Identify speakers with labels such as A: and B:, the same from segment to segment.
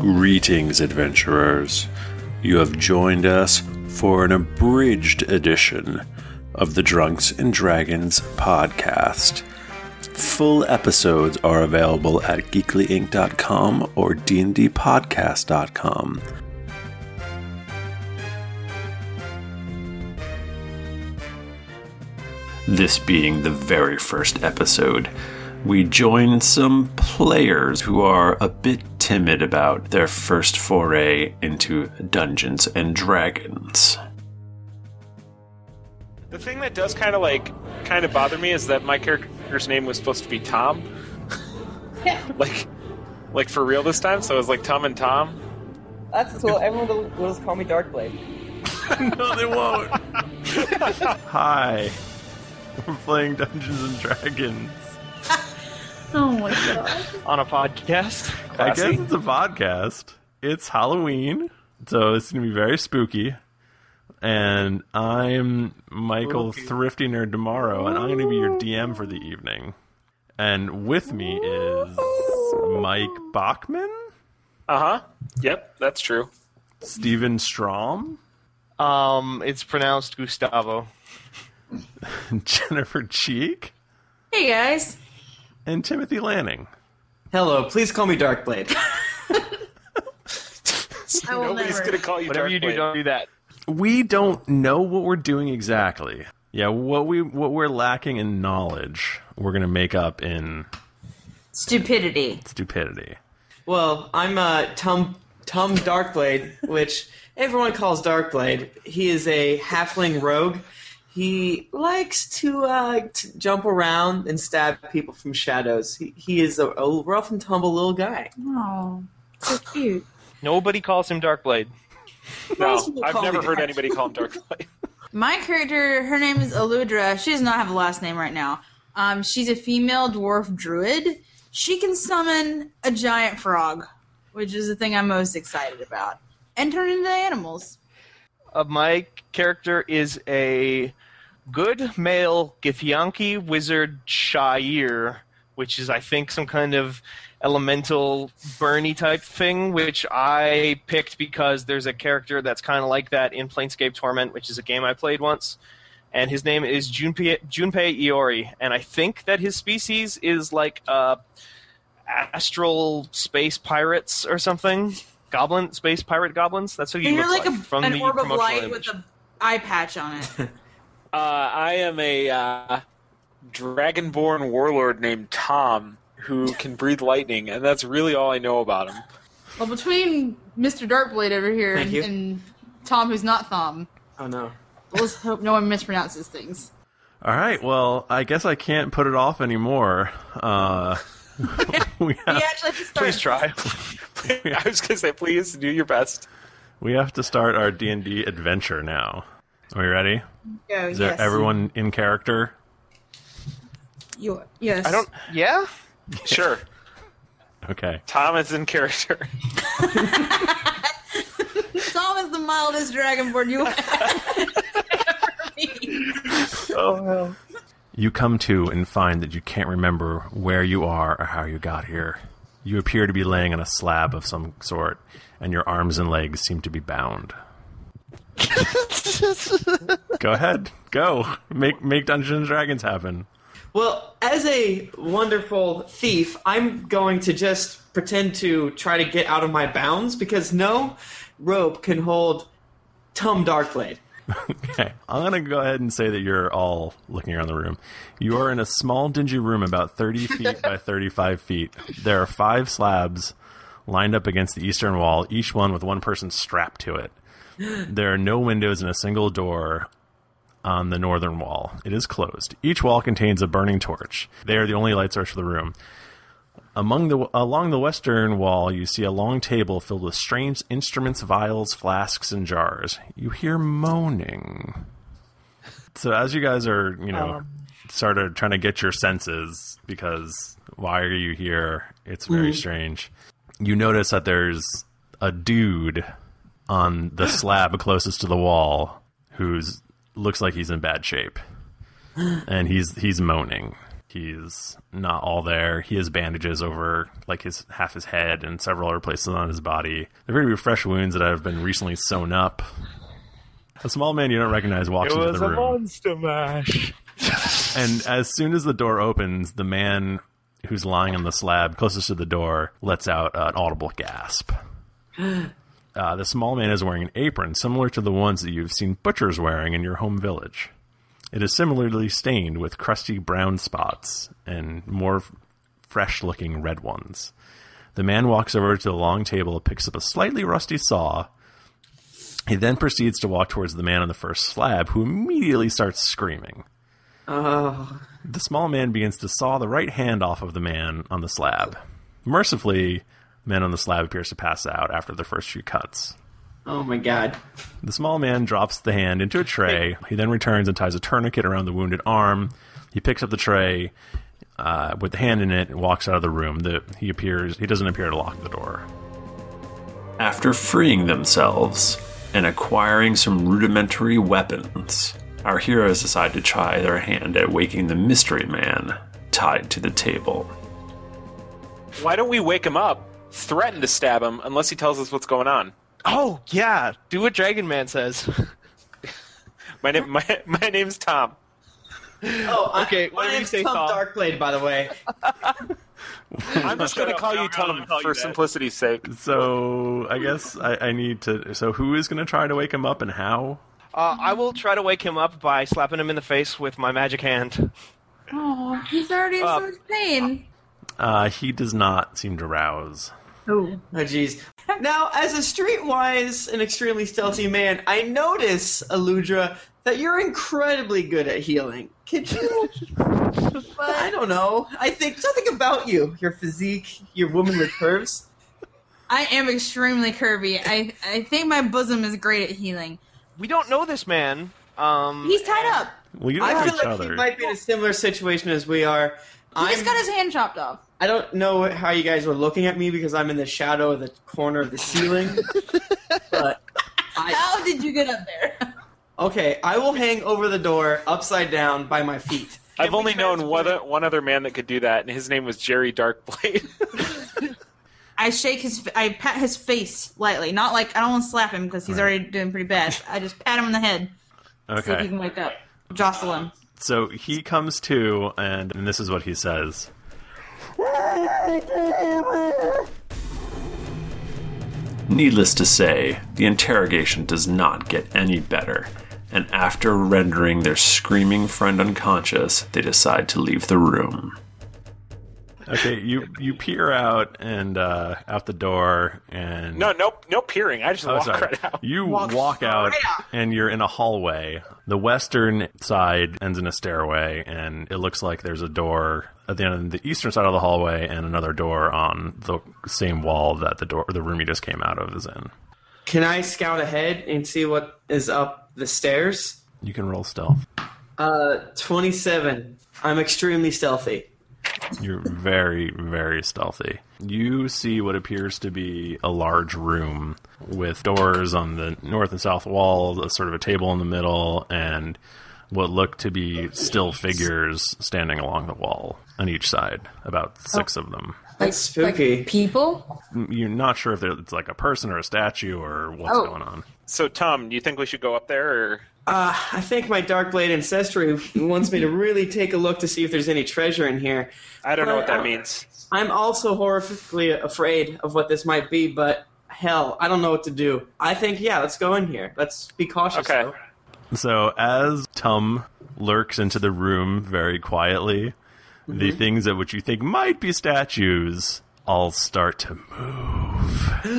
A: Greetings, adventurers. You have joined us for an abridged edition of the Drunks and Dragons podcast. Full episodes are available at geeklyinc.com or dndpodcast.com. This being the very first episode, we join some players who are a bit timid about their first foray into Dungeons and Dragons.
B: The thing that does kind of like kind of bother me is that my character's name was supposed to be Tom. like like for real this time, so it was like Tom and Tom.
C: That's cool. Everyone will, will just call me Darkblade.
D: No, they won't. Hi. We're playing Dungeons and Dragons.
E: Oh my god.
F: on a podcast.
D: I
B: Classy.
D: guess it's a podcast. It's Halloween, so it's going to be very spooky. And I'm Michael Thrifty Nerd tomorrow, and I'm going to be your DM for the evening. And with me is Mike Bachman,
B: Uh-huh. Yep, that's true.
D: Steven Strom,
F: Um, it's pronounced Gustavo.
D: and Jennifer Cheek,
E: Hey guys.
D: and Timothy Lanning.
G: Hello, please call me Darkblade.
E: I will
B: Nobody's
E: never.
B: going to call you
F: Whatever you do,
B: Darkblade.
F: don't do that.
D: we don't know what we're doing exactly. Yeah, what we what we're lacking in knowledge, we're gonna make up in
E: Stupidity.
D: stupidity.
G: well, I'm uh, Tom Tom Darkblade, which everyone calls Darkblade. He is a halfling rogue. He likes to, uh, t- jump around and stab people from shadows. He, he is a, a rough and tumble little guy.
E: Oh, so cute.
F: Nobody calls him Darkblade.
G: else would
B: No,
G: call
B: I've
G: me
B: never heard
G: that?
B: anybody call him Darkblade.
E: My character, her name is Aludra. She does not have a last name right now. Um, she's a female dwarf druid. She can summon a giant frog, which is the thing I'm most excited about, and turn into animals.
F: Uh, my character is a good male Githyanki wizard Shire, which is, I think, some kind of elemental Bernie type thing, which I picked because there's a character that's kind of like that in Planescape Torment, which is a game I played once. And his name is Junpei, Junpei Iori, and I think that his species is like uh, astral space pirates or something. Goblin space pirate goblins. That's who you
E: And
F: look
E: you're like, a,
F: from
E: an
F: the
E: orb of
F: promotional
E: light
F: image.
E: with an eye patch on it.
B: Uh, I am a uh, dragonborn warlord named Tom who can breathe lightning, and that's really all I know about him.
E: well, between Mr. Darkblade over here
G: Thank
E: and,
G: you.
E: and Tom, who's not Thom,
G: Oh no.
E: let's hope no one mispronounces things.
D: All right, well, I guess I can't put it off anymore. Uh, we
E: Yeah,
D: have
E: actually, let's just start.
F: Please try.
B: I was going to say, please do your best.
D: we have to start our D and D adventure now. Are we ready?
E: Go,
D: Is there
E: yes.
D: everyone in character?
E: You- yes.
F: I don't. Yeah.
B: Sure.
D: Okay.
B: Tom is in character.
E: Tom is the mildest dragonborn you have.
D: You come to and find that you can't remember where you are or how you got here. You appear to be laying on a slab of some sort, and your arms and legs seem to be bound. go ahead, go make make Dungeons and Dragons happen.
G: Well, as a wonderful thief, I'm going to just pretend to try to get out of my bounds because no rope can hold Tom Darkblade.
D: Okay, I'm gonna go ahead and say that you're all looking around the room. You are in a small, dingy room about 30 feet by 35 feet. There are five slabs lined up against the eastern wall, each one with one person strapped to it. There are no windows and a single door on the northern wall. It is closed. Each wall contains a burning torch. They are the only light source for the room. Among the along the western wall, you see a long table filled with strange instruments, vials, flasks, and jars. You hear moaning. So as you guys are, you know, sort of trying to get your senses because why are you here? It's very strange. You notice that there's a dude on the slab closest to the wall who's looks like he's in bad shape, and he's he's moaning. He's not all there. He has bandages over like his half his head and several other places on his body. There appear to be fresh wounds that have been recently sewn up. A small man you don't recognize walks into the room.
F: monster mash.
D: And as soon as the door opens, the man who's lying on the slab closest to the door lets out an audible gasp. Uh, the small man is wearing an apron similar to the ones that you've seen butchers wearing in your home village. It is similarly stained with crusty brown spots and more fresh looking red ones. The man walks over to the long table, picks up a slightly rusty saw, he then proceeds to walk towards the man on the first slab, who immediately starts screaming. Oh. The small man begins to saw the right hand off of the man on the slab. Mercifully, the man on the slab appears to pass out after the first few cuts.
G: Oh my god.
D: The small man drops the hand into a tray. He then returns and ties a tourniquet around the wounded arm. He picks up the tray uh, with the hand in it and walks out of the room. The, he appears he doesn't appear to lock the door.
A: After freeing themselves and acquiring some rudimentary weapons, our heroes decide to try their hand at waking the mystery man tied to the table.
B: Why don't we wake him up, threaten to stab him unless he tells us what's going on?
F: Oh yeah, do what Dragon Man says.
B: My name, my, my name's Tom.
G: Oh,
F: Okay,
G: I,
F: whatever
G: my
F: you
G: name's
F: say,
G: Tom
F: Saul.
G: Darkblade, by the way.
B: I'm just going to call you Tom for simplicity's sake.
D: So I guess I, I need to. So who is going to try to wake him up and how?
F: Uh, I will try to wake him up by slapping him in the face with my magic hand.
E: Oh, he's already in so much pain.
D: Uh, he does not seem to rouse.
E: Oh.
G: Oh, jeez. Now, as a streetwise and extremely stealthy man, I notice, Aludra, that you're incredibly good at healing. Could you? I don't know. I think something about you, your physique, your womanly curves.
E: I am extremely curvy. I, I think my bosom is great at healing.
F: We don't know this man. Um,
E: He's tied up.
D: Well, you don't know
G: I feel
D: each
G: like
D: other.
G: he might be in a similar situation as we are.
E: He
G: I'm,
E: just got his hand chopped off.
G: I don't know how you guys were looking at me because I'm in the shadow of the corner of the ceiling. but I,
E: How did you get up there?
G: okay, I will hang over the door upside down by my feet.
B: I've only known one, o- one other man that could do that, and his name was Jerry Darkblade.
E: I shake his, I pat his face lightly. Not like I don't want to slap him because he's already doing pretty bad. I just pat him on the head so he can
D: okay,
E: wake up. Jostle him.
D: so he comes to, and, and this is what he says.
A: Needless to say, the interrogation does not get any better, and after rendering their screaming friend unconscious, they decide to leave the room.
D: Okay, you you peer out and uh, out the door, and
B: no, no, no peering. I just
D: Oh,
B: walk
D: sorry.
B: right out.
D: You walk,
E: Walk
D: out,
E: straight out.
D: and you're in a hallway. The western side ends in a stairway, and it looks like there's a door at the end of the eastern side of the hallway, and another door on the same wall that the door, the room you just came out of, is in.
G: Can I scout ahead and see what is up the stairs?
D: You can roll stealth.
G: Uh, 27. I'm extremely stealthy.
D: You're very, very stealthy. You see what appears to be a large room with doors on the north and south wall, a sort of a table in the middle, and what look to be still figures standing along the wall on each side, about six of them. Mm,
H: Like
G: spooky.
H: Like people?
D: You're not sure if they're- it's like a person or a statue or what's
H: Oh.
D: going on.
B: So, Tom, do you think we should go up there? Or...
G: Uh, I think my Darkblade ancestry wants me to really take a look to see if there's any treasure in here.
B: I don't know what
G: Uh,
B: that means.
G: I'm also horrifically afraid of what this might be, but hell, I don't know what to do. I think, yeah, let's go in here. Let's be cautious.
B: Okay.
G: though.
D: So as Tum lurks into the room very quietly, the things that which you think might be statues all start to move.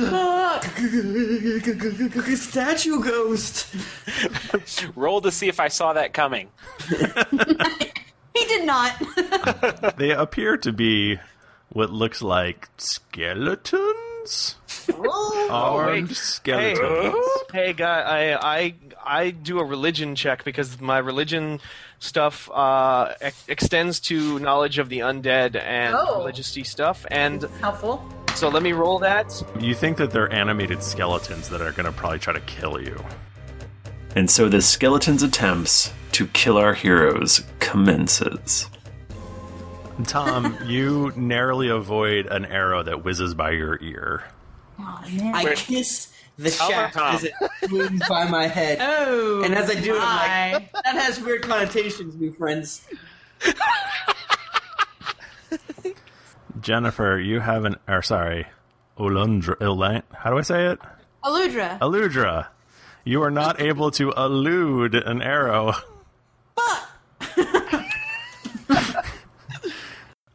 G: Statue ghost.
B: Roll to see if I saw that coming.
E: He did not.
D: They appear to be what looks like skeletons. Armed skeletons.
F: Hey, guy, I, I I do a religion check because my religion stuff uh, ex- extends to knowledge of the undead and
E: Oh.
F: religiousy stuff, and
E: Helpful.
F: so let me roll that.
D: You think that they're animated skeletons that are going to probably try to kill you.
A: And so the skeleton's attempts to kill our heroes commences.
D: Tom, you narrowly avoid an arrow that whizzes by your ear.
E: Oh, man.
G: I
B: Wait.
G: kiss the
B: Tell her,
G: shaft
B: Tom.
G: as it moves by my head.
E: oh.
G: And as I do it, I'm
E: my.
G: like, that has weird connotations, new friends.
D: Jennifer, you have an. Or sorry, Olundra. Olan, how do I say it?
E: Aludra.
D: Aludra. You are not able to elude an arrow.
E: Fuck.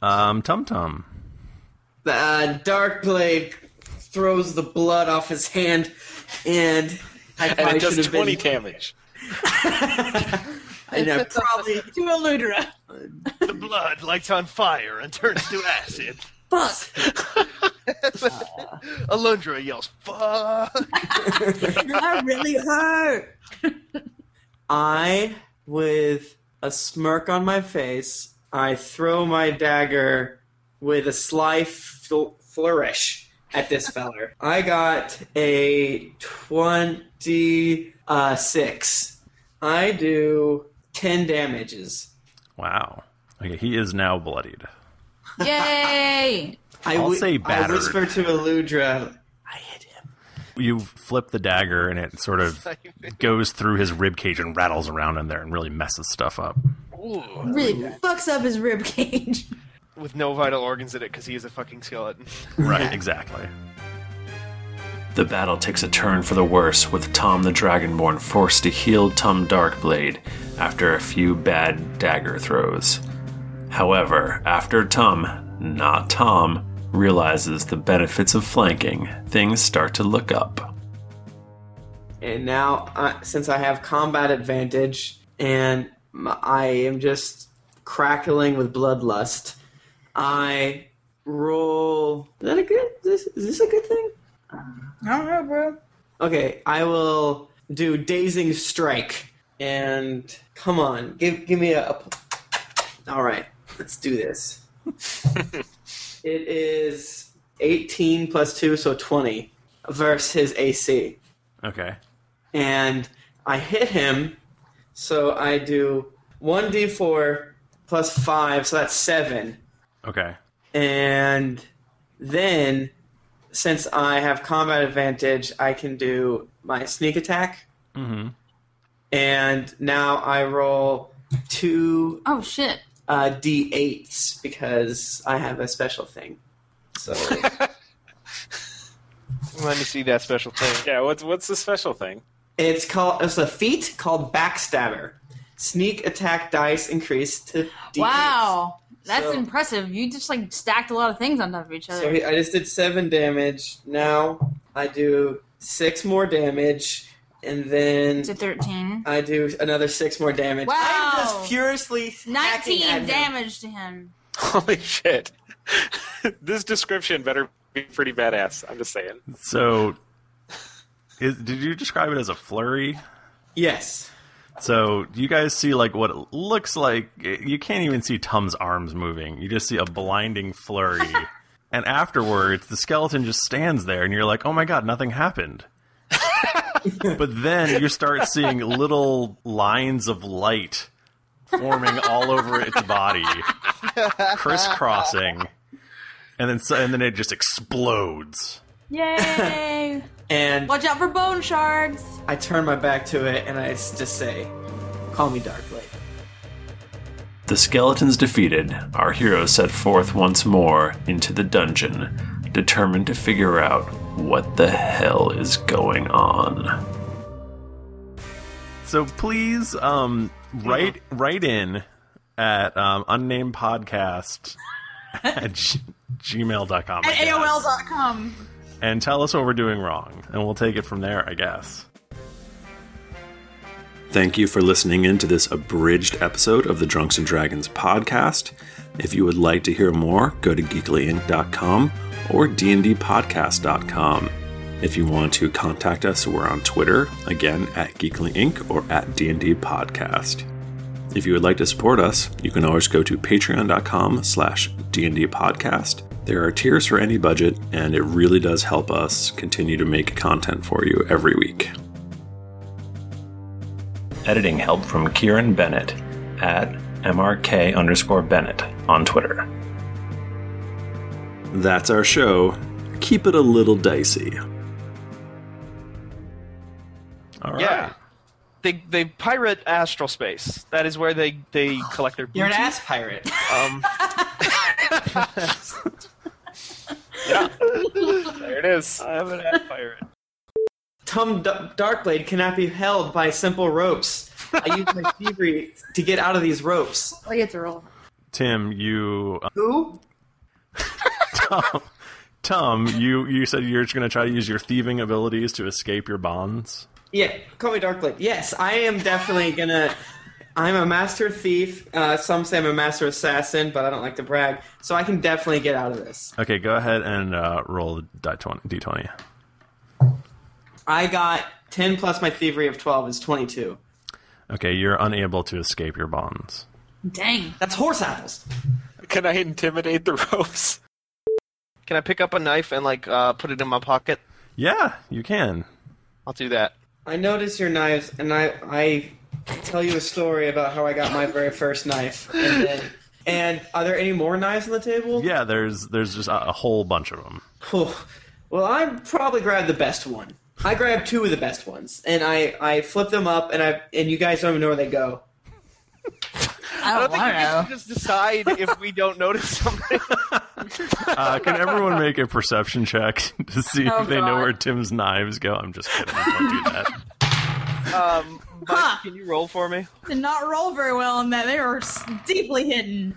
D: Um, Tum Tum.
G: The uh, dark blade throws the blood off his hand, and I
B: and
G: probably
B: it
G: should
B: does
G: have
B: 20
G: been.
B: damage.
G: and I probably
E: to Aludra.
F: The blood lights on fire and turns to acid.
E: Fuck.
F: Alundra yells, "Fuck!"
E: That really hurt.
G: I, with a smirk on my face, I throw my dagger with a sly fl- flourish at this feller. I got a 26. I do 10 damages.
D: Wow. Okay, he is now bloodied.
E: Yay.
G: I
D: I'll say
G: I
D: battered.
G: whisper to Eludra, I hit him.
D: You flip the dagger, and it sort of goes through his rib cage and rattles around in there and really messes stuff up.
F: Ooh,
E: Really fucks up his rib cage.
F: with no vital organs in it because he is a fucking skeleton.
D: Right, exactly.
A: The battle takes a turn for the worse, with Tom the Dragonborn forced to heal Tom Darkblade after a few bad dagger throws. However, after Tom, not Tom, realizes the benefits of flanking, things start to look up.
G: And now, I, since I have combat advantage and m I I am just crackling with bloodlust, I roll. Is that a good? This, is this a good thing?
E: I don't know, bro.
G: Okay, I will do dazing strike. And come on, give give me a. a all right, let's do this. it is eighteen plus two, so twenty, versus his AC,
D: Okay.
G: and I hit him. So I do one d four plus five, so that's seven.
D: Okay.
G: And then, since I have combat advantage, I can do my sneak attack.
D: Mm-hmm.
G: And now I roll two
E: Oh, shit.
G: uh, d8s because I have a special thing. So
F: Let me see that special thing.
B: Yeah, what's what's the special thing?
G: it's called it's a feat called backstabber. Sneak attack dice increased to d8s.
E: Wow. That's
G: So-
E: impressive. You just like stacked a lot of things on top of each other.
G: So he, I just did seven damage. Now I do six more damage, and then
E: to 13.
G: I do another six more damage.
E: Wow.
G: I'm just furiously
E: 19
G: hacking at him.
E: damage to him.
B: Holy shit. this description better be pretty badass. I'm just saying.
D: So, is, did you describe it as a flurry?
G: Yes.
D: So you guys see like what it looks like. You can't even see Tom's arms moving. You just see a blinding flurry, and afterwards the skeleton just stands there, and you're like, "Oh my god, nothing happened." but then you start seeing little lines of light forming all over its body, crisscrossing, and then so, and then it just explodes.
E: Yay!
G: And
E: Watch out for bone shards.
G: I turn my back to it and I s- just say, "Call me Darkblade."
A: The skeletons defeated, our heroes set forth once more into the dungeon, determined to figure out what the hell is going on.
D: So please um, write write in at um, unnamed podcast at g- gmail.com I
E: At
D: guess.
E: AOL.com.
D: and tell us what we're doing wrong and we'll take it from there i guess
A: Thank you for listening in to this abridged episode of the Drunks and Dragons podcast. If you would like to hear more, go to geeklyinc.com or dndpodcast.com. If you want to contact us, we're on Twitter, again at Geekly Inc. or at DND Podcast. If you would like to support us, you can always go to patreon.com slash DND podcast. There are tiers for any budget, and it really does help us continue to make content for you every week. Editing help from Kieran Bennett at
H: MRK underscore Bennett on Twitter.
A: That's our show. Keep it a little dicey.
D: All right.
F: Yeah. They, they pirate astral space. That is where they, they collect their booty.
G: You're an ass pirate.
F: Um,
B: Yeah. there it is.
F: I'm an ass pirate.
G: Tom D- Darkblade cannot be held by simple ropes. I use my thievery to get out of these ropes.
E: I get Oh, to roll.
D: Tim, you
G: Who?
D: Tom, you you said you're going to try to use your thieving abilities to escape your bonds.
G: Yeah, call me Darkblade. Yes, I am definitely gonna. I'm a master thief. Uh, some say I'm a master assassin, but I don't like to brag. So I can definitely get out of this.
D: Okay, go ahead and uh, roll the die 20 d20.
G: I got 10 plus my thievery of 12 is 22.
D: Okay, you're unable to escape your bonds.
E: Dang.
G: That's horse apples.
B: Can I intimidate the ropes?
F: Can I pick up a knife and like uh, put it in my pocket?
D: Yeah, you can.
F: I'll do that.
G: I notice your knives, and I I tell you a story about how I got my very first knife. And, then, and are there any more knives on the table?
D: Yeah, there's there's just a, a whole bunch of them.
G: Phew. Well, I probably grabbed the best one. I grabbed two of the best ones, and I I flip them up, and I and you guys don't even know where they go.
E: I
F: I
E: don't
F: don't think we
E: want
F: can
E: to.
F: just decide if we don't notice something.
D: Uh, can everyone make a perception check to see
E: Oh,
D: if they know
E: God.
D: where Tim's knives go? I'm just kidding. Don't do that.
F: Um, Mike,
E: Huh.
F: can you roll for me?
E: Did not roll very well on that. They were s- deeply hidden.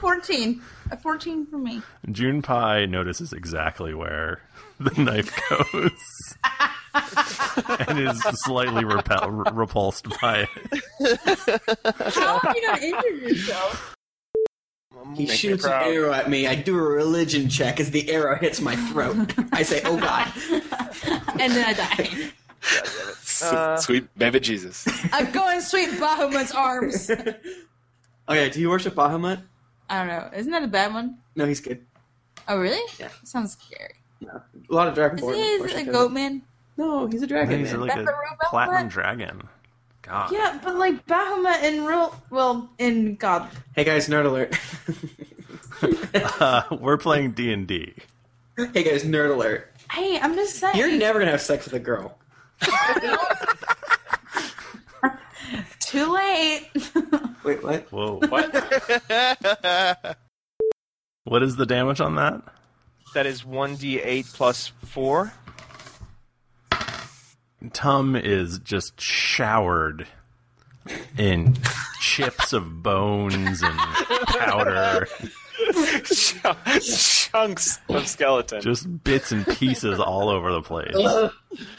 E: Fourteen. A fourteen for me.
D: June Pie notices exactly where the knife goes and is slightly repel- repulsed by it.
E: How have you not injured yourself?
G: He
B: me
G: shoots an
B: proud.
G: arrow at me. I do a religion check as the arrow hits my throat. I say, "Oh God!"
E: And then I die.
F: Uh,
B: Sweet baby Jesus.
E: I'm going sweet Bahamut's arms.
G: Okay, do you worship Bahamut?
E: I don't know. Isn't that a bad one?
G: No, he's good.
E: Oh really?
G: Yeah.
E: Sounds scary.
G: A lot of
E: Is
G: dragonborn.
E: he
G: worship
E: a
G: him.
E: goat man?
G: No, he's a dragon.
D: He's
G: man.
D: like a
E: That's a real
D: platinum
E: Velvet?
D: dragon. God.
E: Yeah, but like Bahama in real, well, in God.
G: Hey guys, nerd alert.
D: Uh, we're playing D and D.
G: hey guys, nerd alert.
E: Hey, I'm just saying.
G: You're never gonna have sex with a girl.
E: too late.
G: Wait, what?
D: Whoa.
B: What?
D: What is the damage on that?
F: that is 1d8 plus 4.
D: Tum is just showered in chips of bones and powder,
B: Chunks of skeleton.
D: just bits and pieces all over the place.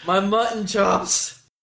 G: My mutton chops.